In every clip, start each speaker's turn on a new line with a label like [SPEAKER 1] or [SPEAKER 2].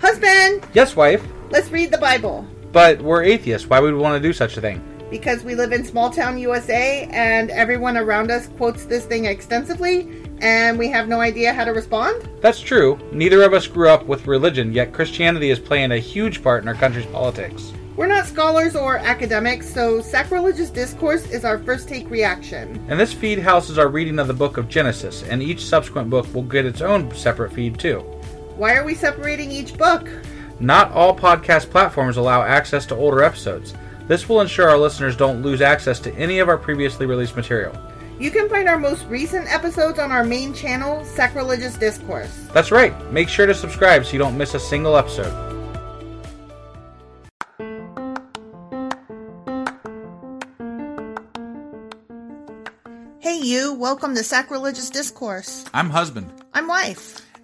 [SPEAKER 1] Husband,
[SPEAKER 2] Yes, wife,
[SPEAKER 1] let's read the Bible
[SPEAKER 2] but we're atheists. Why would we want to do such a thing?
[SPEAKER 1] because we live in small town USA and everyone around us quotes this thing extensively and we have no idea how to respond.
[SPEAKER 2] That's true. Neither of us grew up with religion, yet Christianity is playing a huge part in our country's politics.
[SPEAKER 1] We're not scholars or academics, so sacrilegious discourse is our first take reaction.
[SPEAKER 2] And this feed houses our reading of the book of Genesis, and each subsequent book will get its own separate feed too.
[SPEAKER 1] Why are we separating each book?
[SPEAKER 2] Not all podcast platforms allow access to older episodes. This will ensure our listeners don't lose access to any of our previously released material.
[SPEAKER 1] You can find our most recent episodes on our main channel, Sacrilegious Discourse.
[SPEAKER 2] That's right, make sure to subscribe so you don't miss a single episode.
[SPEAKER 1] Hey, you, welcome to Sacrilegious Discourse.
[SPEAKER 2] I'm Husband,
[SPEAKER 1] I'm Wife,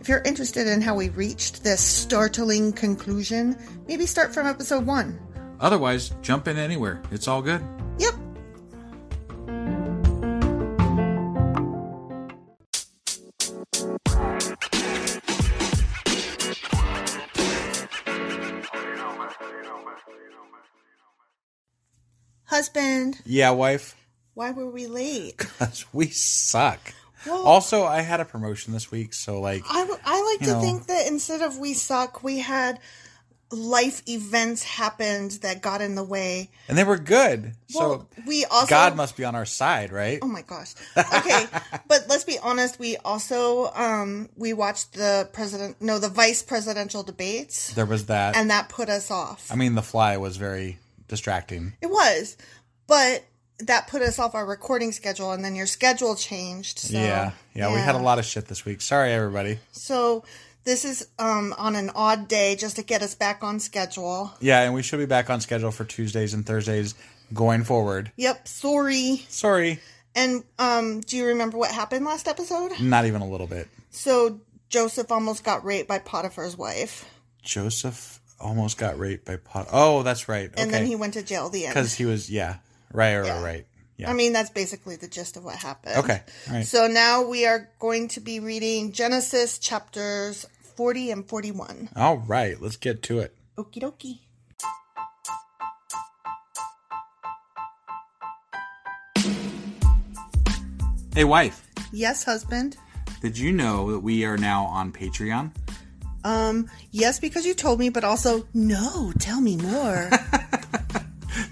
[SPEAKER 1] If you're interested in how we reached this startling conclusion, maybe start from episode one.
[SPEAKER 2] Otherwise, jump in anywhere. It's all good.
[SPEAKER 1] Yep. Husband,
[SPEAKER 2] Yeah, wife,
[SPEAKER 1] why were we late?
[SPEAKER 2] because we suck.
[SPEAKER 1] Well,
[SPEAKER 2] Also, I had a promotion this week, so like,
[SPEAKER 1] I, w- I like
[SPEAKER 2] You
[SPEAKER 1] to
[SPEAKER 2] know.
[SPEAKER 1] think that instead of we suck, we had life events happened that got in the way.
[SPEAKER 2] and they were good.
[SPEAKER 1] Well,
[SPEAKER 2] so
[SPEAKER 1] we also
[SPEAKER 2] God must be on our side, right?
[SPEAKER 1] Oh my gosh. Okay, but let's be honest. We also um we watched the president, no, the vice presidential debates,
[SPEAKER 2] There was that.
[SPEAKER 1] and that put us off.
[SPEAKER 2] I mean, The Fly was very distracting.
[SPEAKER 1] It was, but that put us off our recording schedule, and then your schedule changed. So,
[SPEAKER 2] yeah, yeah, we had a lot of shit this week. Sorry, everybody.
[SPEAKER 1] So this is um on an odd day just to get us back on schedule.
[SPEAKER 2] Yeah, and we should be back on schedule for Tuesdays and Thursdays going forward.
[SPEAKER 1] Yep, sorry.
[SPEAKER 2] Sorry,
[SPEAKER 1] And um, do you remember what happened last episode?
[SPEAKER 2] not even a little bit.
[SPEAKER 1] So Joseph almost got raped by Potiphar's wife,
[SPEAKER 2] Joseph almost got raped by pot. Oh, that's right.
[SPEAKER 1] and then he
[SPEAKER 2] Okay,
[SPEAKER 1] went to jail. at The end.
[SPEAKER 2] because he was yeah, right, right, right. Yeah.
[SPEAKER 1] I mean, that's basically the gist of what happened.
[SPEAKER 2] okay. All right.
[SPEAKER 1] So now we are going to be reading Genesis chapters forty and forty-one.
[SPEAKER 2] All right. Let's get to it.
[SPEAKER 1] Okie dokie.
[SPEAKER 2] Hey, wife.
[SPEAKER 1] Yes, husband.
[SPEAKER 2] Did you know that we are now on Patreon?
[SPEAKER 1] Um, yes, because you told me, but also no. Tell me more.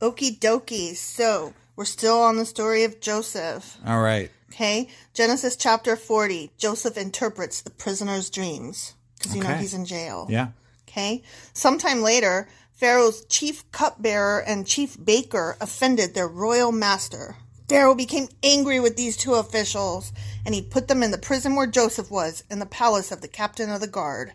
[SPEAKER 1] Okie dokie. So, we're still on the story of Joseph.
[SPEAKER 2] All right.
[SPEAKER 1] Okay. Genesis chapter 40. Joseph interprets the prisoner's dreams. Because you know
[SPEAKER 2] Okay.
[SPEAKER 1] he's in jail.
[SPEAKER 2] Yeah.
[SPEAKER 1] Okay. Sometime later, Pharaoh's chief cupbearer and chief baker offended their royal master. Pharaoh became angry with these two officials, and he put them in the prison where Joseph was, in the palace of the captain of the guard.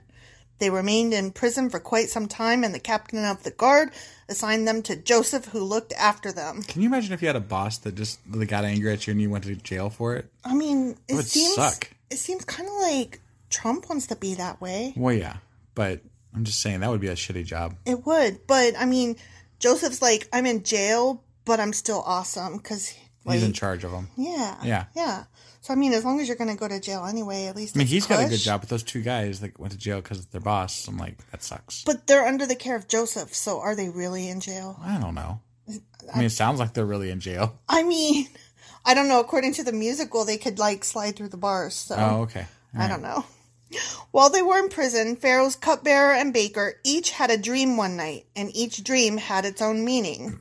[SPEAKER 1] They remained in prison for quite some time, and the captain of the guard assigned them to Joseph, who looked after them.
[SPEAKER 2] Can you imagine if you had a boss that just that got angry at you and you went to jail for it?
[SPEAKER 1] I mean, it,
[SPEAKER 2] would
[SPEAKER 1] seems
[SPEAKER 2] suck.
[SPEAKER 1] it seems kind of like Trump wants to be that way.
[SPEAKER 2] Well, yeah, but I'm just saying that would be a shitty job.
[SPEAKER 1] It would, but I mean, Joseph's like, I'm in jail, but I'm still awesome because, like,
[SPEAKER 2] He's in charge of them.
[SPEAKER 1] yeah,
[SPEAKER 2] Yeah.
[SPEAKER 1] yeah. So I mean, as long as you're gonna go to jail anyway, at least
[SPEAKER 2] I mean,
[SPEAKER 1] it's
[SPEAKER 2] he's got a good
[SPEAKER 1] cush.
[SPEAKER 2] job, but those two guys that went to jail because of their boss, I'm like, that sucks.
[SPEAKER 1] But they're under the care of Joseph, so are they really in jail?
[SPEAKER 2] I don't know. I mean, it sounds like they're really in jail.
[SPEAKER 1] I mean, I don't know. According to the musical, they could like slide through the bars. So
[SPEAKER 2] Oh, okay.
[SPEAKER 1] I don't know. While they were in prison, Pharaoh's cupbearer and baker each had a dream one night, and each dream had its own meaning.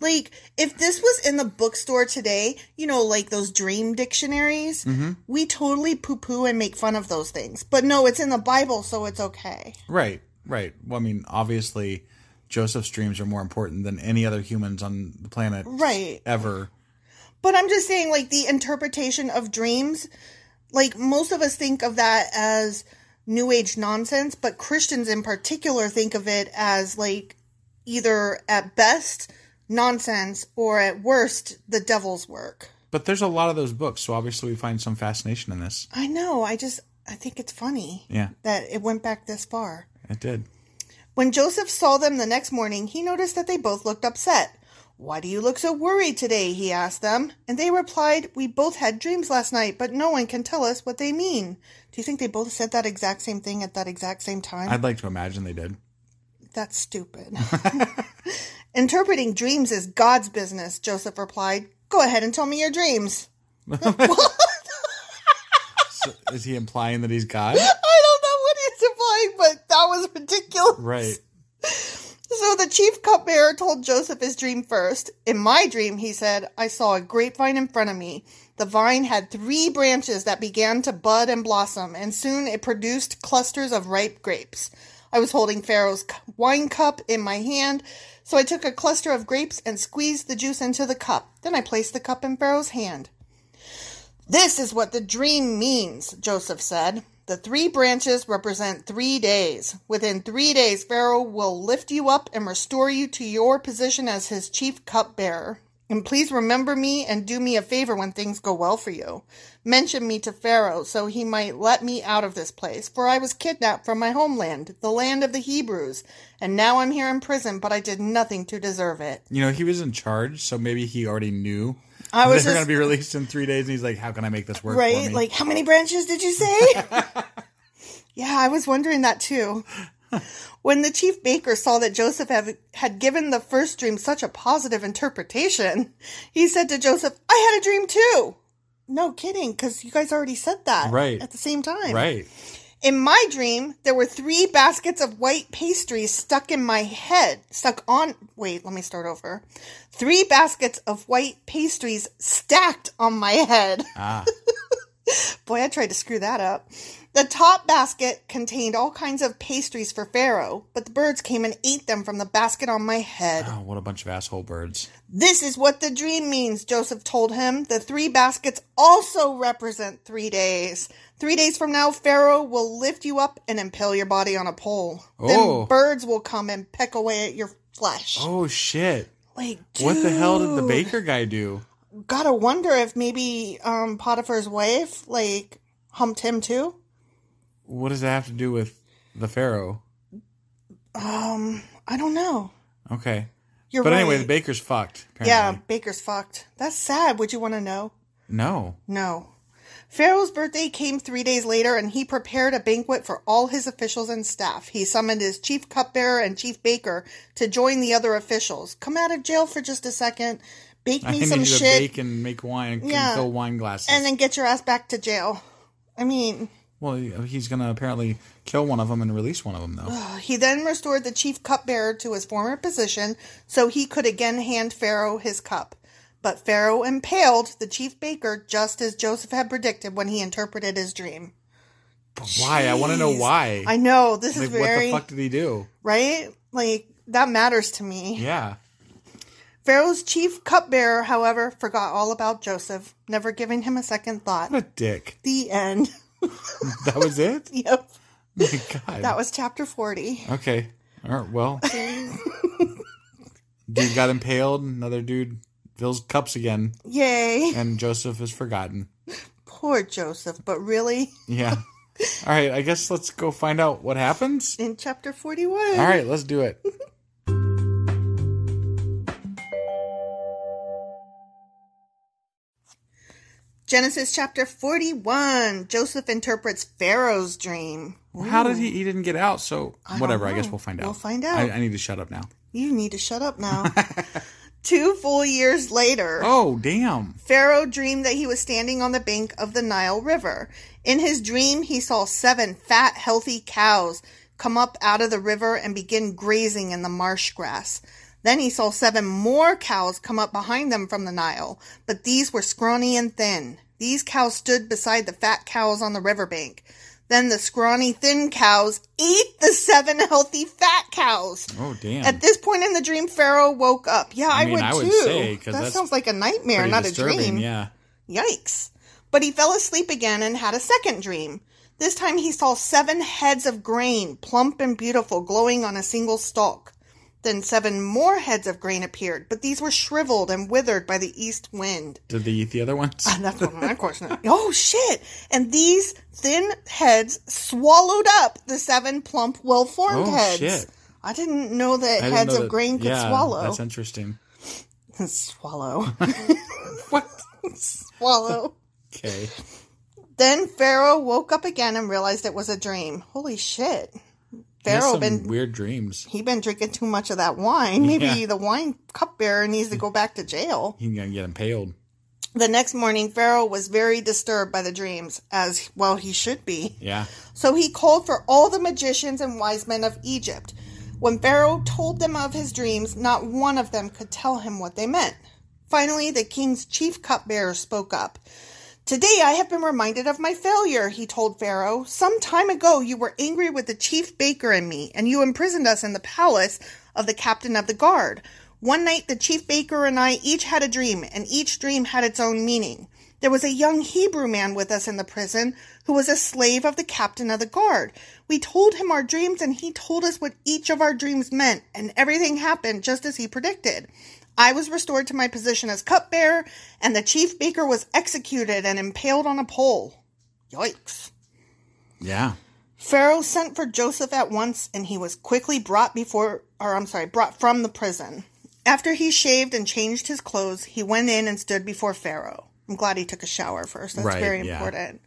[SPEAKER 1] Like, if this was in the bookstore today, you know, like those dream dictionaries, we totally poo poo and make fun of those things. But no, it's in the Bible, so it's okay.
[SPEAKER 2] Right, right. Well, I mean, obviously, Joseph's dreams are more important than any other humans on the planet
[SPEAKER 1] Right.
[SPEAKER 2] ever.
[SPEAKER 1] But I'm just saying, like, the interpretation of dreams, like, most of us think of that as New Age nonsense, but Christians in particular think of it as, like, either at best nonsense or at worst the devil's work.
[SPEAKER 2] But there's a lot of those books, so obviously we find some fascination in this.
[SPEAKER 1] I know. I just, I think it's funny
[SPEAKER 2] Yeah,
[SPEAKER 1] that it went back this far.
[SPEAKER 2] it did.
[SPEAKER 1] When Joseph saw them the next morning, he noticed that they both looked upset. Why do you look so worried today? he asked them. And they replied, We both had dreams last night, but no one can tell us what they mean. Do you think they both said that exact same thing at that exact same time?
[SPEAKER 2] I'd like to imagine they did.
[SPEAKER 1] That's stupid. Interpreting dreams is God's business, Joseph replied. Go ahead and tell me your dreams.
[SPEAKER 2] So, is he implying that he's
[SPEAKER 1] I
[SPEAKER 2] God?
[SPEAKER 1] don't know what he's implying, but that was ridiculous.
[SPEAKER 2] Right.
[SPEAKER 1] So the chief cupbearer told Joseph his dream first. In my dream, he said, I saw a grapevine in front of me. The vine had three branches that began to bud and blossom, and soon it produced clusters of ripe grapes. I was holding Pharaoh's cu- wine cup in my hand, so I took a cluster of grapes and squeezed the juice into the cup. Then I placed the cup in Pharaoh's hand. This is what the dream means, Joseph said. The three branches represent three days. Within three days, Pharaoh will lift you up and restore you to your position as his chief cupbearer. And please remember me and do me a favor when things go well for you. Mention me to Pharaoh so he might let me out of this place, for I was kidnapped from my homeland, the land of the Hebrews, and now I'm here in prison, but I did nothing to deserve it.
[SPEAKER 2] You know, he was in charge, so maybe he already knew
[SPEAKER 1] I was
[SPEAKER 2] they
[SPEAKER 1] just-
[SPEAKER 2] were going to be released in three days, and he's like, "How can I make this work?" For
[SPEAKER 1] Right?
[SPEAKER 2] me?
[SPEAKER 1] Like, how many branches did you say? yeah, I was wondering that too. When the chief baker saw that Joseph have, had given the first dream such a positive interpretation, he said to Joseph, I had a dream too. No kidding, because you guys already said that
[SPEAKER 2] Right.
[SPEAKER 1] at the same time.
[SPEAKER 2] right.
[SPEAKER 1] In my dream, there were three baskets of white pastry stuck in my head, stuck on. Wait, let me start over. Three baskets of white pastries stacked on my head.
[SPEAKER 2] Ah,
[SPEAKER 1] Boy, I tried to screw that up. The top basket contained all kinds of pastries for Pharaoh, but the birds came and ate them from the basket on my head.
[SPEAKER 2] oh, what a bunch of asshole birds.
[SPEAKER 1] This is what the dream means, Joseph told him. The three baskets also represent three days. Three days from now, Pharaoh will lift you up and impale your body on a pole.
[SPEAKER 2] Oh.
[SPEAKER 1] Then birds will come and peck away at your flesh.
[SPEAKER 2] Oh shit!
[SPEAKER 1] Like,
[SPEAKER 2] What the hell did the
[SPEAKER 1] dude,
[SPEAKER 2] baker guy do?
[SPEAKER 1] Gotta wonder if maybe um, Potiphar's wife, like, humped him too?
[SPEAKER 2] What does that have to do with the pharaoh?
[SPEAKER 1] Um, I don't know.
[SPEAKER 2] Okay,
[SPEAKER 1] You're
[SPEAKER 2] but
[SPEAKER 1] right.
[SPEAKER 2] anyway, the baker's fucked.
[SPEAKER 1] yeah,
[SPEAKER 2] Apparently.
[SPEAKER 1] Baker's fucked. That's sad. Would you want to know?
[SPEAKER 2] No.
[SPEAKER 1] No. Pharaoh's birthday came three days later, and he prepared a banquet for all his officials and staff. He summoned his chief cupbearer and chief baker to join the other officials. Come out of jail for just a second, bake
[SPEAKER 2] I
[SPEAKER 1] me
[SPEAKER 2] need
[SPEAKER 1] some
[SPEAKER 2] you to
[SPEAKER 1] shit,
[SPEAKER 2] bake and make wine and
[SPEAKER 1] Yeah.
[SPEAKER 2] fill wine glasses.
[SPEAKER 1] and then get your ass back to jail. I mean,
[SPEAKER 2] well, he's gonna apparently kill one of them and release one of them, though.
[SPEAKER 1] he then restored the chief cupbearer to his former position so he could again hand Pharaoh his cup. But Pharaoh impaled the chief baker just as Joseph had predicted when he interpreted his dream.
[SPEAKER 2] But why? I want to know
[SPEAKER 1] Jeez.
[SPEAKER 2] why.
[SPEAKER 1] I know this
[SPEAKER 2] like,
[SPEAKER 1] is very
[SPEAKER 2] what the fuck did he do?
[SPEAKER 1] right? Like that matters to me.
[SPEAKER 2] Yeah.
[SPEAKER 1] Pharaoh's chief cupbearer, however, forgot all about Joseph, never giving him a second thought.
[SPEAKER 2] What a dick.
[SPEAKER 1] The end.
[SPEAKER 2] That was it?
[SPEAKER 1] yep.
[SPEAKER 2] My God.
[SPEAKER 1] That was chapter 40.
[SPEAKER 2] okay. All right. Well, dude got impaled. Another dude fills cups again,
[SPEAKER 1] Yay.
[SPEAKER 2] and Joseph is forgotten.
[SPEAKER 1] Poor Joseph, but really
[SPEAKER 2] Yeah. All right, I guess let's go find out what happens.
[SPEAKER 1] in chapter 41.
[SPEAKER 2] All right, let's do it.
[SPEAKER 1] Genesis chapter 41. Joseph interprets Pharaoh's dream.
[SPEAKER 2] How did he? He didn't get out, so
[SPEAKER 1] don't
[SPEAKER 2] whatever. I guess
[SPEAKER 1] know.
[SPEAKER 2] we'll find out.
[SPEAKER 1] We'll find out.
[SPEAKER 2] I, I need to shut up now.
[SPEAKER 1] You need to shut up now. Two full years later,
[SPEAKER 2] Oh, damn.
[SPEAKER 1] Pharaoh dreamed that he was standing on the bank of the Nile River. In his dream, he saw seven fat, healthy cows come up out of the river and begin grazing in the marsh grass. Then he saw seven more cows come up behind them from the Nile, but these were scrawny and thin. These cows stood beside the fat cows on the riverbank. Then the scrawny, thin cows ate the seven healthy fat cows.
[SPEAKER 2] Oh, damn.
[SPEAKER 1] At this point in the dream, Pharaoh woke up. Yeah, I,
[SPEAKER 2] mean,
[SPEAKER 1] would
[SPEAKER 2] I
[SPEAKER 1] too.
[SPEAKER 2] would say, 'cause
[SPEAKER 1] that
[SPEAKER 2] that's
[SPEAKER 1] sounds like a nightmare,
[SPEAKER 2] Pretty
[SPEAKER 1] not a
[SPEAKER 2] disturbing,
[SPEAKER 1] dream.
[SPEAKER 2] Yeah.
[SPEAKER 1] Yikes. But he fell asleep again and had a second dream. This time he saw seven heads of grain, plump and beautiful, glowing on a single stalk. Then seven more heads of grain appeared, but these were shriveled and withered by the east wind.
[SPEAKER 2] Did they eat the other ones?
[SPEAKER 1] That's what my question is. Oh, shit. And these thin heads swallowed up the seven plump, well formed
[SPEAKER 2] Oh,
[SPEAKER 1] heads.
[SPEAKER 2] shit.
[SPEAKER 1] I didn't know that
[SPEAKER 2] I didn't
[SPEAKER 1] heads
[SPEAKER 2] know
[SPEAKER 1] of
[SPEAKER 2] that-
[SPEAKER 1] grain could
[SPEAKER 2] yeah,
[SPEAKER 1] swallow.
[SPEAKER 2] That's interesting.
[SPEAKER 1] swallow.
[SPEAKER 2] What?
[SPEAKER 1] swallow.
[SPEAKER 2] Okay.
[SPEAKER 1] Then Pharaoh woke up again and realized it was a dream. Holy shit. Pharaoh
[SPEAKER 2] Pharaoh
[SPEAKER 1] been
[SPEAKER 2] weird dreams.
[SPEAKER 1] he been drinking too much of that wine. Maybe
[SPEAKER 2] Yeah.
[SPEAKER 1] the wine cupbearer needs to go back to jail.
[SPEAKER 2] He's gonna get impaled.
[SPEAKER 1] The next morning Pharaoh was very disturbed by the dreams as well he should be.
[SPEAKER 2] Yeah.
[SPEAKER 1] So he called for all the magicians and wise men of Egypt. When Pharaoh told them of his dreams, not one of them could tell him what they meant. Finally, the king's chief cupbearer spoke up. Today I have been reminded of my failure, he told Pharaoh. Some time ago you were angry with the chief baker and me, and you imprisoned us in the palace of the captain of the guard. One night the chief baker and I each had a dream, and each dream had its own meaning. There was a young Hebrew man with us in the prison who was a slave of the captain of the guard. We told him our dreams, and he told us what each of our dreams meant, and everything happened just as he predicted. I was restored to my position as cupbearer, and the chief baker was executed and impaled on a pole. Yikes.
[SPEAKER 2] Yeah.
[SPEAKER 1] Pharaoh sent for Joseph at once, and he was quickly brought before, or I'm sorry, brought from the prison. After he shaved and changed his clothes, he went in and stood before Pharaoh. I'm glad he took a shower first. That's
[SPEAKER 2] Right,
[SPEAKER 1] very
[SPEAKER 2] yeah.
[SPEAKER 1] important.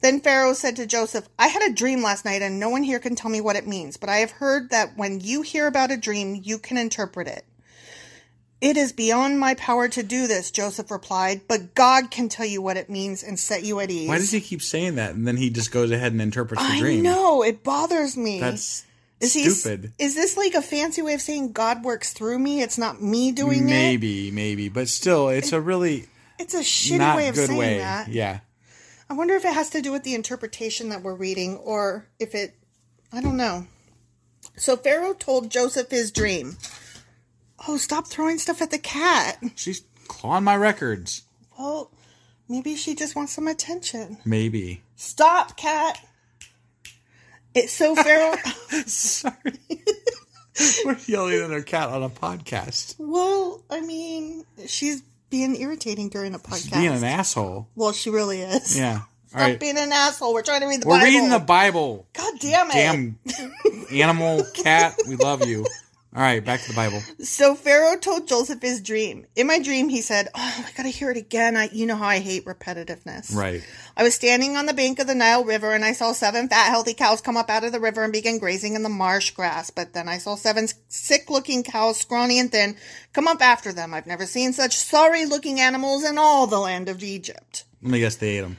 [SPEAKER 1] Then Pharaoh said to Joseph, I had a dream last night, and no one here can tell me what it means, but I have heard that when you hear about a dream, you can interpret it. It is beyond my power to do this, Joseph replied, but God can tell you what it means and set you at ease.
[SPEAKER 2] Why does he keep saying that? And then he just goes ahead and interprets the dream.
[SPEAKER 1] I know, it bothers me.
[SPEAKER 2] That's
[SPEAKER 1] Is he,
[SPEAKER 2] stupid.
[SPEAKER 1] Is this like a fancy way of saying God works through me? It's not me doing it.
[SPEAKER 2] maybe, maybe, but still, it's a really
[SPEAKER 1] It's a shitty
[SPEAKER 2] not
[SPEAKER 1] way of
[SPEAKER 2] good
[SPEAKER 1] saying
[SPEAKER 2] way.
[SPEAKER 1] that.
[SPEAKER 2] Yeah.
[SPEAKER 1] I wonder if it has to do with the interpretation that we're reading, or if it. I don't know. So Pharaoh told Joseph his dream. Oh, stop throwing stuff at the cat.
[SPEAKER 2] She's clawing my records.
[SPEAKER 1] Well, maybe she just wants some attention.
[SPEAKER 2] Maybe.
[SPEAKER 1] Stop, cat. It, so Pharaoh.
[SPEAKER 2] Sorry. We're yelling at our cat on a podcast.
[SPEAKER 1] well, I mean, she's being irritating during a podcast.
[SPEAKER 2] Being an asshole.
[SPEAKER 1] well, she really is.
[SPEAKER 2] Yeah.
[SPEAKER 1] Stop
[SPEAKER 2] All right.
[SPEAKER 1] being an asshole. We're trying to read the
[SPEAKER 2] We're
[SPEAKER 1] Bible.
[SPEAKER 2] reading the Bible.
[SPEAKER 1] God damn it.
[SPEAKER 2] Damn animal cat. We love you. All right, back to the Bible.
[SPEAKER 1] So Pharaoh told Joseph his dream. In my dream, he said, "Oh, I gotta hear it again. I, you know how I hate repetitiveness."
[SPEAKER 2] Right.
[SPEAKER 1] I was standing on the bank of the Nile River, and I saw seven fat, healthy cows come up out of the river and begin grazing in the marsh grass. But then I saw seven sick-looking cows, scrawny and thin, come up after them. I've never seen such sorry-looking animals in all the land of Egypt.
[SPEAKER 2] Let me guess they ate him.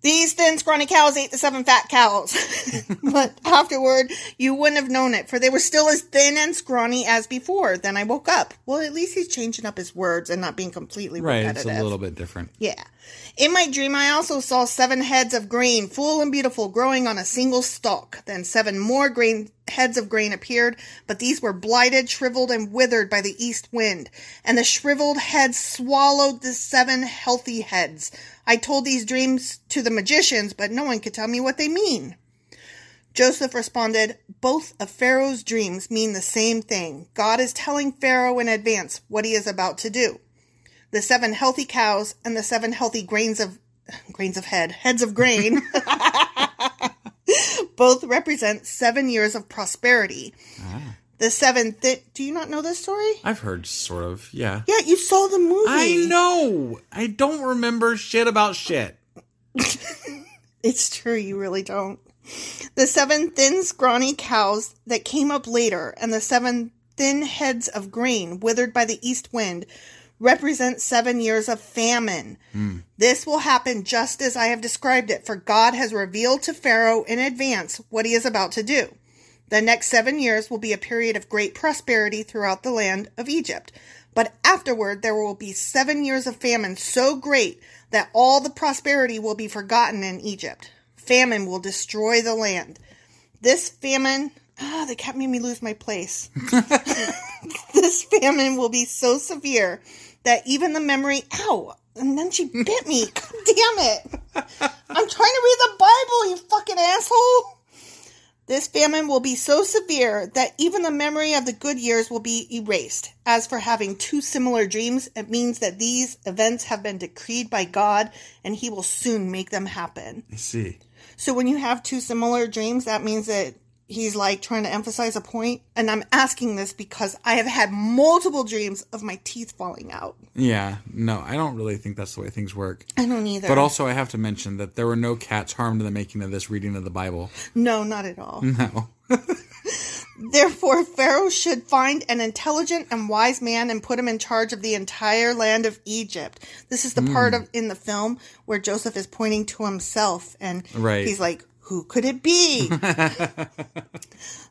[SPEAKER 1] These thin, scrawny cows ate the seven fat cows. but afterward, you wouldn't have known it, for they were still as thin and scrawny as before. Then I woke up. Well, at least he's changing up his words and not being completely
[SPEAKER 2] Right. It's
[SPEAKER 1] repetitive.
[SPEAKER 2] a little bit different.
[SPEAKER 1] Yeah. In my dream, I also saw seven heads of grain, full and beautiful, growing on a single stalk. Then seven more grain heads of grain appeared, but these were blighted, shriveled, and withered by the east wind. And the shriveled heads swallowed the seven healthy heads. I told these dreams to the magicians, but no one could tell me what they mean. Joseph responded, Both of Pharaoh's dreams mean the same thing. God is telling Pharaoh in advance what he is about to do the seven healthy cows and the seven healthy grains of grains of head heads of grain both represent seven years of prosperity. The seventh. Thi- Do you not know this story?
[SPEAKER 2] I've heard sort of, yeah.
[SPEAKER 1] Yeah, you saw the movie.
[SPEAKER 2] I know. I don't remember shit about shit.
[SPEAKER 1] It's true, you really don't. The seven thin, scrawny cows that came up later, and the seven thin heads of grain withered by the east wind, represent seven years of famine. This will happen just as I have described it, for God has revealed to Pharaoh in advance what he is about to do. The next seven years will be a period of great prosperity throughout the land of Egypt. But afterward, there will be seven years of famine so great that all the prosperity will be forgotten in Egypt. Famine will destroy the land. This famine, ah, the cat made me lose my place. this famine will be so severe that even the memory, ow, and then she bit me. God damn it. I'm trying to read the Bible, you fucking asshole. This famine will be so severe that even the memory of the good years will be erased. As for having two similar dreams, it means that these events have been decreed by God and He will soon make them happen.
[SPEAKER 2] I see.
[SPEAKER 1] So when you have two similar dreams, that means that He's like trying to emphasize a point. And I'm asking this because I have had multiple dreams of my teeth falling out.
[SPEAKER 2] Yeah, no, I don't really think that's the way things work.
[SPEAKER 1] I don't either.
[SPEAKER 2] But also, I have to mention that there were no cats harmed in the making of this reading of the Bible.
[SPEAKER 1] no, not at all.
[SPEAKER 2] No.
[SPEAKER 1] Therefore, Pharaoh should find an intelligent and wise man and put him in charge of the entire land of Egypt. This is the part of in the film where Joseph is pointing to himself and
[SPEAKER 2] Right.
[SPEAKER 1] he's like, who could it be?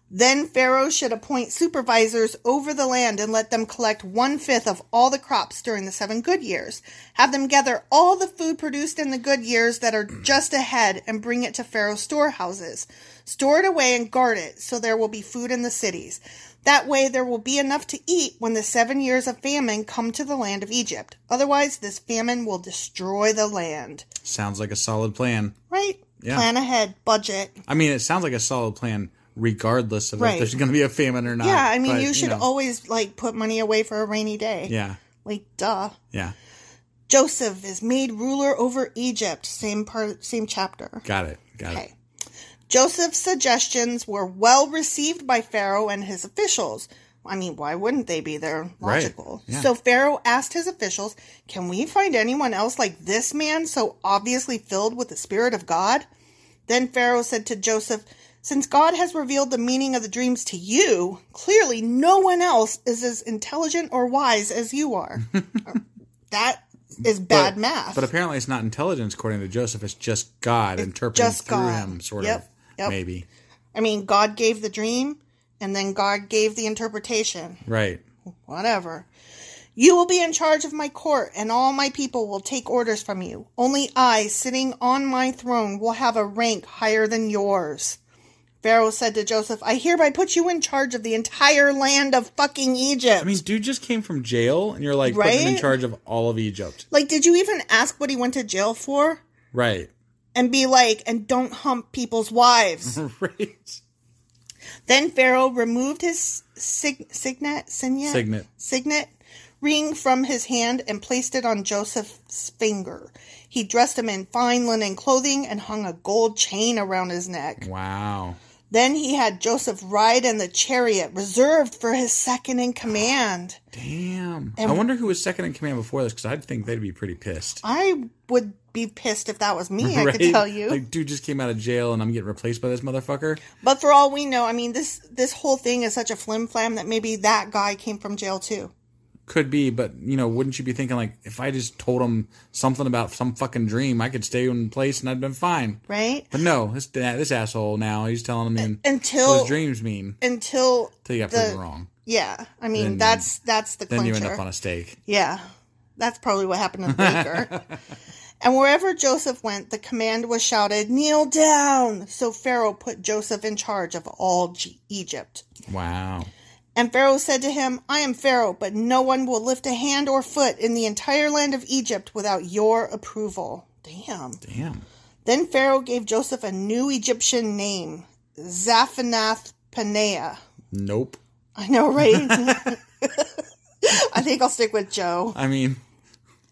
[SPEAKER 1] then Pharaoh should appoint supervisors over the land and let them collect one fifth of all the crops during the seven good years. Have them gather all the food produced in the good years that are just ahead and bring it to Pharaoh's storehouses. Store it away and guard it so there will be food in the cities. That way there will be enough to eat when the seven years of famine come to the land of Egypt. Otherwise, this famine will destroy the land.
[SPEAKER 2] Sounds like a solid plan.
[SPEAKER 1] Right?
[SPEAKER 2] Yeah.
[SPEAKER 1] Plan ahead, budget.
[SPEAKER 2] I mean, it sounds like a solid plan, regardless of
[SPEAKER 1] Right.
[SPEAKER 2] if there's going to be a famine or not.
[SPEAKER 1] Yeah, I mean,
[SPEAKER 2] but,
[SPEAKER 1] you should
[SPEAKER 2] know,
[SPEAKER 1] always like put money away for a rainy day.
[SPEAKER 2] Yeah,
[SPEAKER 1] Like, duh.
[SPEAKER 2] yeah.
[SPEAKER 1] Joseph is made ruler over Egypt. Same part, same chapter.
[SPEAKER 2] Got it. Got it.
[SPEAKER 1] Okay. Joseph's suggestions were well received by Pharaoh and his officials. I mean, why wouldn't they be? They're
[SPEAKER 2] Right.
[SPEAKER 1] logical.
[SPEAKER 2] Yeah.
[SPEAKER 1] So Pharaoh asked his officials, Can we find anyone else like this man, so obviously filled with the Spirit of God? Then Pharaoh said to Joseph, Since God has revealed the meaning of the dreams to you, clearly no one else is as intelligent or wise as you are. that is bad
[SPEAKER 2] But-
[SPEAKER 1] math.
[SPEAKER 2] But apparently, it's not intelligence, according to Joseph. It's just God interpreting
[SPEAKER 1] just
[SPEAKER 2] through
[SPEAKER 1] God.
[SPEAKER 2] him, sort
[SPEAKER 1] Yep,
[SPEAKER 2] of.
[SPEAKER 1] yep.
[SPEAKER 2] Maybe.
[SPEAKER 1] I mean, God gave the dream, and then God gave the interpretation.
[SPEAKER 2] Right.
[SPEAKER 1] Whatever. You will be in charge of my court, and all my people will take orders from you. Only I, sitting on my throne, will have a rank higher than yours. Pharaoh said to Joseph, I hereby put you in charge of the entire land of fucking Egypt.
[SPEAKER 2] I mean, dude just came from jail, and you're like putting him in
[SPEAKER 1] Right?
[SPEAKER 2] charge of all of Egypt.
[SPEAKER 1] like, did you even ask what he went to jail for?
[SPEAKER 2] Right.
[SPEAKER 1] And be like, and don't hump people's wives.
[SPEAKER 2] right.
[SPEAKER 1] Then Pharaoh removed his sig- signet, signet,
[SPEAKER 2] Signet.
[SPEAKER 1] signet ring from his hand and placed it on Joseph's finger. He dressed him in fine linen clothing and hung a gold chain around his neck.
[SPEAKER 2] Wow.
[SPEAKER 1] Then he had Joseph ride in the chariot reserved for his second in command.
[SPEAKER 2] Damn. I wonder who was second in command before this, because I'd think they'd be pretty pissed.
[SPEAKER 1] I would be pissed if that was me, I
[SPEAKER 2] right?
[SPEAKER 1] could tell you.
[SPEAKER 2] Like, dude just came out of jail, and I'm getting replaced by this motherfucker.
[SPEAKER 1] but for all we know, I mean this this whole thing is such a flim flam that maybe that guy came from jail too.
[SPEAKER 2] Could be, but you know, wouldn't you be thinking like, if I just told him something about some fucking dream, I could stay in place and I'd been fine.
[SPEAKER 1] Right?
[SPEAKER 2] But no, this this asshole now he's telling him what
[SPEAKER 1] Until
[SPEAKER 2] his dreams mean.
[SPEAKER 1] until
[SPEAKER 2] Till you got
[SPEAKER 1] the-
[SPEAKER 2] proven wrong,
[SPEAKER 1] Yeah, I mean
[SPEAKER 2] Then-
[SPEAKER 1] that's that's the
[SPEAKER 2] then
[SPEAKER 1] clincher.
[SPEAKER 2] you end up on a stake.
[SPEAKER 1] yeah, that's probably what happened to the baker. and wherever Joseph went, the command was shouted, "Kneel down." So Pharaoh put Joseph in charge of all G- Egypt.
[SPEAKER 2] Wow.
[SPEAKER 1] And Pharaoh said to him, I am Pharaoh, but no one will lift a hand or foot in the entire land of Egypt without your approval. Damn.
[SPEAKER 2] Damn.
[SPEAKER 1] Then Pharaoh gave Joseph a new Egyptian name, Zaphanath Paneah.
[SPEAKER 2] Nope.
[SPEAKER 1] I know, right? I think I'll stick with Joe.
[SPEAKER 2] I mean,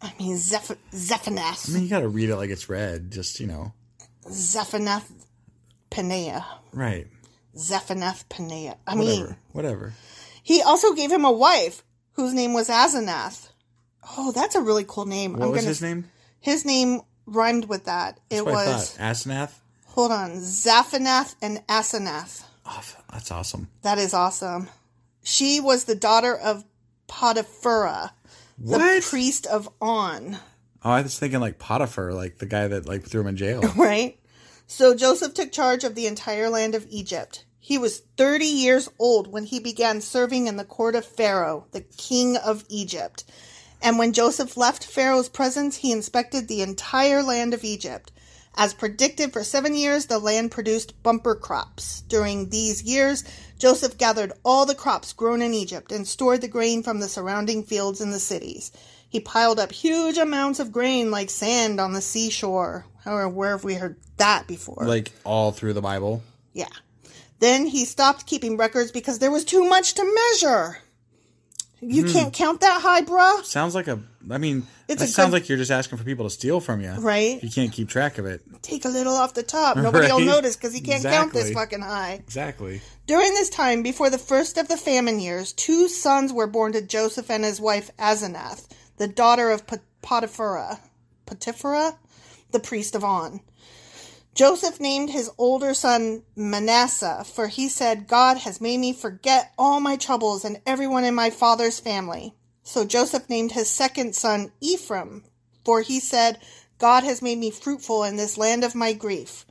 [SPEAKER 1] I mean, Zeph- Zephanath.
[SPEAKER 2] I mean, you got to read it like it's read. Just you know,
[SPEAKER 1] Zephanath Panea.
[SPEAKER 2] Right.
[SPEAKER 1] Zephanath Panea. I mean,
[SPEAKER 2] Whatever. Whatever.
[SPEAKER 1] he also gave him a wife whose name was Asenath. Oh, that's a really cool name.
[SPEAKER 2] What was his name?
[SPEAKER 1] His name rhymed with that. It
[SPEAKER 2] That's what I
[SPEAKER 1] was
[SPEAKER 2] thought. Asenath.
[SPEAKER 1] hold on, Zaphanath and Asenath.
[SPEAKER 2] Oh, f- that's awesome.
[SPEAKER 1] That is awesome. She was the daughter of Potipharah, the
[SPEAKER 2] What?
[SPEAKER 1] priest of On.
[SPEAKER 2] oh, I was thinking like Potiphar, like the guy that like threw him in jail.
[SPEAKER 1] right? So Joseph took charge of the entire land of Egypt. He was 30 years old when he began serving in the court of Pharaoh, the king of Egypt. And when Joseph left Pharaoh's presence, he inspected the entire land of Egypt. As predicted for seven years, the land produced bumper crops. During these years, Joseph gathered all the crops grown in Egypt and stored the grain from the surrounding fields in the cities. He piled up huge amounts of grain like sand on the seashore. Or where have we heard that before?
[SPEAKER 2] like all through the Bible.
[SPEAKER 1] yeah. Then he stopped keeping records because there was too much to measure. You can't count that high, bruh.
[SPEAKER 2] Sounds like a. I mean,
[SPEAKER 1] It's
[SPEAKER 2] that
[SPEAKER 1] a
[SPEAKER 2] sounds
[SPEAKER 1] good-
[SPEAKER 2] like you're just asking for people to steal from you.
[SPEAKER 1] Right?
[SPEAKER 2] You can't keep track of it.
[SPEAKER 1] Take a little off the top. Nobody will
[SPEAKER 2] Right?
[SPEAKER 1] notice because he can't count this
[SPEAKER 2] Exactly.
[SPEAKER 1] fucking high.
[SPEAKER 2] Exactly.
[SPEAKER 1] During this time, before the first of the famine years, two sons were born to Joseph and his wife Asenath, the daughter of Pot- Potipharah, Potipharah, the priest of On. Joseph named his older son Manasseh, for he said, God has made me forget all my troubles and everyone in my father's family. So Joseph named his second son Ephraim, for he said, God has made me fruitful in this land of my grief.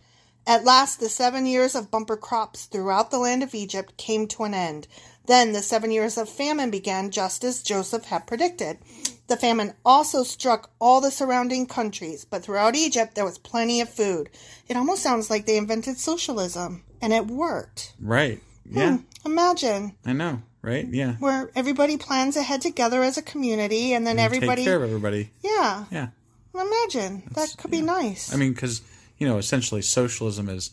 [SPEAKER 1] At last, the seven years of bumper crops throughout the land of Egypt came to an end. Then the seven years of famine began, just as Joseph had predicted. The famine also struck all the surrounding countries, but throughout Egypt there was plenty of food. It almost sounds like they invented socialism, and it worked.
[SPEAKER 2] Right.
[SPEAKER 1] Hmm.
[SPEAKER 2] Yeah.
[SPEAKER 1] Imagine
[SPEAKER 2] I know. Right. Yeah.
[SPEAKER 1] where everybody plans ahead together as a community, and then everybody.
[SPEAKER 2] Take care of everybody.
[SPEAKER 1] Yeah,
[SPEAKER 2] Yeah.
[SPEAKER 1] imagine. that could be nice.
[SPEAKER 2] I mean, because you know, essentially, socialism is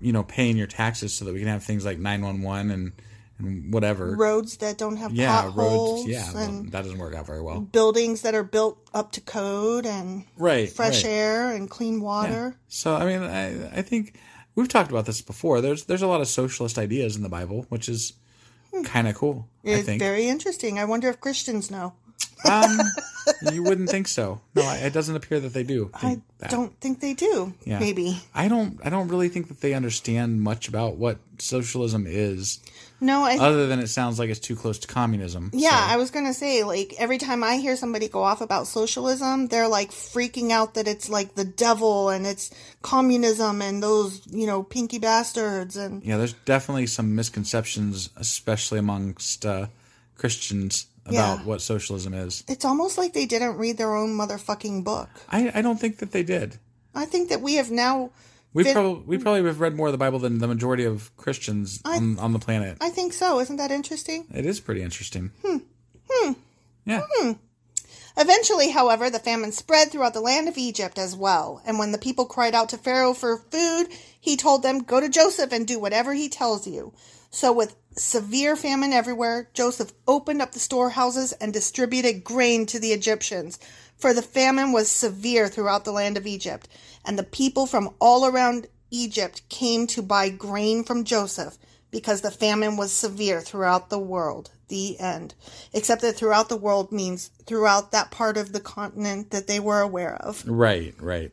[SPEAKER 2] you know paying your taxes so that we can have things like nine one one and and whatever.
[SPEAKER 1] roads that don't have
[SPEAKER 2] Yeah.
[SPEAKER 1] potholes.
[SPEAKER 2] Roads. Yeah. well,
[SPEAKER 1] and Mm.
[SPEAKER 2] that doesn't work out very well.
[SPEAKER 1] buildings that are built up to code and
[SPEAKER 2] Right.
[SPEAKER 1] fresh
[SPEAKER 2] right.
[SPEAKER 1] air and clean water.
[SPEAKER 2] So I mean, I I think we've talked about this before. There's there's a lot of socialist ideas in the Bible, which is
[SPEAKER 1] Hmm.
[SPEAKER 2] kind of cool. I
[SPEAKER 1] It's
[SPEAKER 2] think
[SPEAKER 1] very interesting. I wonder if Christians know.
[SPEAKER 2] um, you wouldn't think so. No, I, it doesn't appear that they do.
[SPEAKER 1] I
[SPEAKER 2] think that.
[SPEAKER 1] don't think they do.
[SPEAKER 2] Yeah.
[SPEAKER 1] Maybe.
[SPEAKER 2] I don't. I don't really think that they understand much about what socialism is,
[SPEAKER 1] No, I
[SPEAKER 2] other than it sounds like it's too close to communism.
[SPEAKER 1] Yeah,
[SPEAKER 2] So-
[SPEAKER 1] I was going to say like every time I hear somebody go off about socialism, they're like freaking out that it's like the devil and it's communism and those, you know, pinky bastards and
[SPEAKER 2] yeah, there's definitely some misconceptions, especially amongst uh, Christians, about
[SPEAKER 1] Yeah.
[SPEAKER 2] what socialism is.
[SPEAKER 1] it's almost like they didn't read their own motherfucking book.
[SPEAKER 2] I, I don't think that they did.
[SPEAKER 1] I think that we have now
[SPEAKER 2] We
[SPEAKER 1] Then-
[SPEAKER 2] probably we probably have read more of the Bible than the majority of Christians on, on the planet.
[SPEAKER 1] I think so. Isn't that interesting?
[SPEAKER 2] it is pretty interesting. Hmm. Yeah.
[SPEAKER 1] Hmm. Eventually, however, the famine spread throughout the land of Egypt as well. And when the people cried out to Pharaoh for food, he told them, Go to Joseph and do whatever he tells you. So, with severe famine everywhere, Joseph opened up the storehouses and distributed grain to the Egyptians. For the famine was severe throughout the land of Egypt. And the people from all around Egypt came to buy grain from Joseph because the famine was severe throughout the world. The end. Except that throughout the world means throughout that part of the continent that they were aware of.
[SPEAKER 2] Right, right.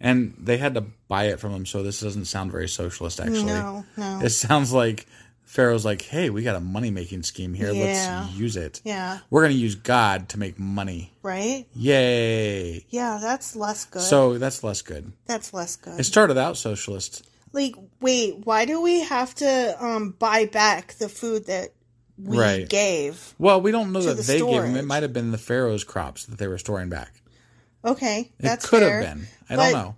[SPEAKER 2] And they had to buy it from them, so this doesn't sound very socialist actually.
[SPEAKER 1] No, no.
[SPEAKER 2] It sounds like Pharaoh's like, Hey, we got a money making scheme here,
[SPEAKER 1] Yeah.
[SPEAKER 2] let's use it.
[SPEAKER 1] Yeah,
[SPEAKER 2] We're gonna use God to make money.
[SPEAKER 1] right?
[SPEAKER 2] Yay.
[SPEAKER 1] Yeah, that's less good.
[SPEAKER 2] So that's less good.
[SPEAKER 1] that's less good.
[SPEAKER 2] It started out socialist.
[SPEAKER 1] Like, wait, why do we have to um buy back the food that we
[SPEAKER 2] Right.
[SPEAKER 1] gave?
[SPEAKER 2] Well, we don't know
[SPEAKER 1] the
[SPEAKER 2] that they gave them.
[SPEAKER 1] storage.
[SPEAKER 2] It might have been the Pharaoh's crops that they were storing back.
[SPEAKER 1] Okay,
[SPEAKER 2] It
[SPEAKER 1] that's
[SPEAKER 2] could
[SPEAKER 1] fair.
[SPEAKER 2] have been. I
[SPEAKER 1] But-
[SPEAKER 2] don't know.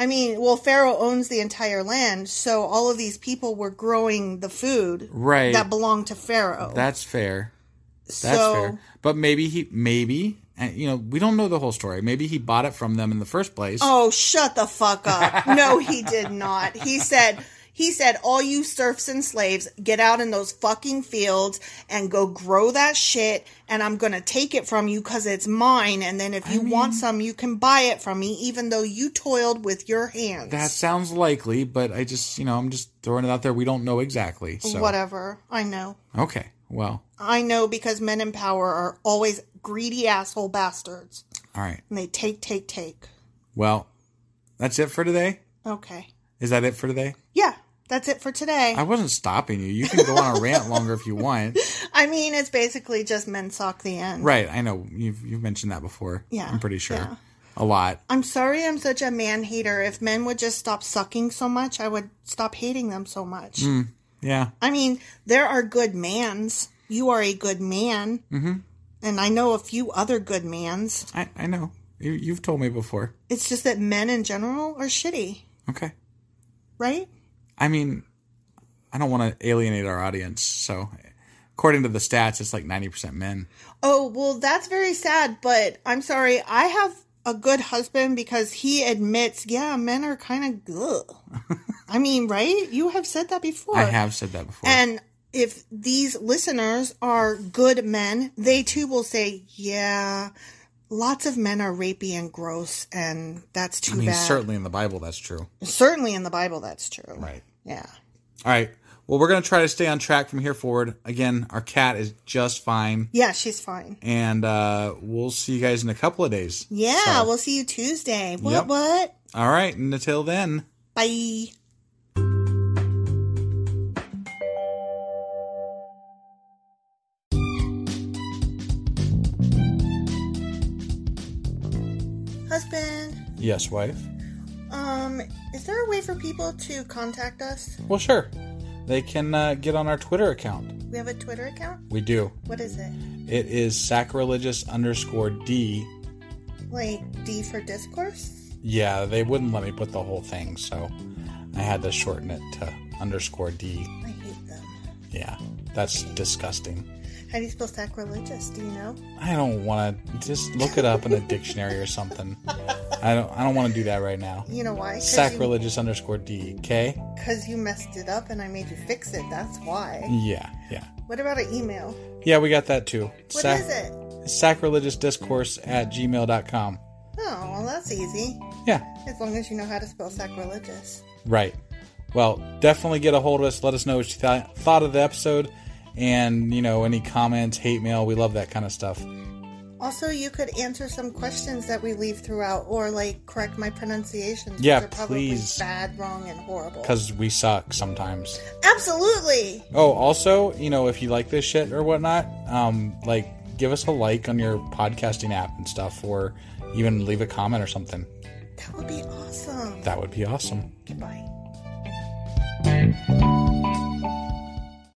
[SPEAKER 1] I mean, well, Pharaoh owns the entire land, so all of these people were growing the food
[SPEAKER 2] Right.
[SPEAKER 1] that belonged to Pharaoh.
[SPEAKER 2] That's fair. That's
[SPEAKER 1] so,
[SPEAKER 2] fair. But maybe he, maybe, and, you know, we don't know the whole story. Maybe he bought it from them in the first place.
[SPEAKER 1] Oh, shut the fuck up. No, he did not. He said He said, All you serfs and slaves, get out in those fucking fields and go grow that shit, and I'm gonna take it from you because it's mine. And then if you want some, you can buy it from me, even though you toiled with your hands.
[SPEAKER 2] That sounds likely, but I just, you know, I'm just throwing it out there. We don't know exactly. So.
[SPEAKER 1] Whatever. I know.
[SPEAKER 2] Okay. Well,
[SPEAKER 1] I know because men in power are always greedy asshole bastards.
[SPEAKER 2] all right.
[SPEAKER 1] And they take, take, take.
[SPEAKER 2] Well, that's it for today.
[SPEAKER 1] Okay.
[SPEAKER 2] Is that it for today?
[SPEAKER 1] Yeah, that's it for today.
[SPEAKER 2] I wasn't stopping you. You can go on a rant longer if you want.
[SPEAKER 1] I mean, it's basically just men sock the end.
[SPEAKER 2] Right. I know you've you've mentioned that before.
[SPEAKER 1] Yeah,
[SPEAKER 2] I'm pretty sure.
[SPEAKER 1] yeah.
[SPEAKER 2] A lot.
[SPEAKER 1] I'm sorry I'm such a man hater. If men would just stop sucking so much, I would stop hating them so much.
[SPEAKER 2] Mm. Yeah.
[SPEAKER 1] I mean, there are good mans. You are a good man. Mm-hmm. And I know a few other good mans.
[SPEAKER 2] I I know. You, you've told me before.
[SPEAKER 1] It's just that men in general are shitty,
[SPEAKER 2] Okay.
[SPEAKER 1] right?
[SPEAKER 2] I mean, I don't want to alienate our audience. So, according to the stats, it's like 90% men.
[SPEAKER 1] Oh, well, that's very sad, but I'm sorry. I have a good husband because he admits, yeah, men are kind of good. I mean, right? You have said that before.
[SPEAKER 2] I have said that before.
[SPEAKER 1] And if these listeners are good men, they too will say, yeah, lots of men are rapey and gross, and that's too
[SPEAKER 2] I mean,
[SPEAKER 1] bad.
[SPEAKER 2] certainly in the Bible, that's true.
[SPEAKER 1] Certainly in the Bible, that's true.
[SPEAKER 2] Right.
[SPEAKER 1] Yeah.
[SPEAKER 2] All right. Well, we're going to try to stay on track from here forward. Again, our cat is just fine.
[SPEAKER 1] Yeah, she's fine.
[SPEAKER 2] And uh, we'll see you guys in a couple of days.
[SPEAKER 1] Yeah, we'll see you Tuesday. What,
[SPEAKER 2] Yep.
[SPEAKER 1] what?
[SPEAKER 2] All right. And until then.
[SPEAKER 1] Bye. Husband,
[SPEAKER 2] Yes, wife.
[SPEAKER 1] um, is there a way for people to contact us?
[SPEAKER 2] Well, sure. They can uh, get on our Twitter account.
[SPEAKER 1] We have a Twitter account?
[SPEAKER 2] We do.
[SPEAKER 1] What is it?
[SPEAKER 2] It is sacrilegious underscore D.
[SPEAKER 1] Like D for discourse?
[SPEAKER 2] Yeah, they wouldn't let me put the whole thing, so I had to shorten it to underscore D.
[SPEAKER 1] I hate them.
[SPEAKER 2] Yeah, that's disgusting.
[SPEAKER 1] How do you spell sacrilegious? Do you know?
[SPEAKER 2] I don't want to just look it up in a dictionary or something. I don't. I don't want to do that right now.
[SPEAKER 1] You know why? 'Cause you-
[SPEAKER 2] Sacrilegious underscore D. Okay.
[SPEAKER 1] Because you messed it up and I made you fix it. That's why.
[SPEAKER 2] Yeah, yeah,
[SPEAKER 1] What about an email?
[SPEAKER 2] yeah. We got that too.
[SPEAKER 1] What is it?
[SPEAKER 2] Sacrilegious discourse at gmail.com.
[SPEAKER 1] Oh, well, that's easy.
[SPEAKER 2] Yeah,
[SPEAKER 1] As long as you know how to spell sacrilegious.
[SPEAKER 2] right. Well, definitely get a hold of us. Let us know what you th- thought of the episode, and you know any comments, hate mail. We love that kind of stuff.
[SPEAKER 1] Also, you could answer some questions that we leave throughout, or like correct my pronunciations.
[SPEAKER 2] Yeah,
[SPEAKER 1] which are probably
[SPEAKER 2] please.
[SPEAKER 1] Bad, wrong, and horrible.
[SPEAKER 2] because we suck sometimes.
[SPEAKER 1] Absolutely.
[SPEAKER 2] Oh, also, you know, if you like this shit or whatnot, um, like give us a like on your podcasting app and stuff, or even leave a comment or something.
[SPEAKER 1] That would be awesome.
[SPEAKER 2] That would be awesome.
[SPEAKER 1] Goodbye.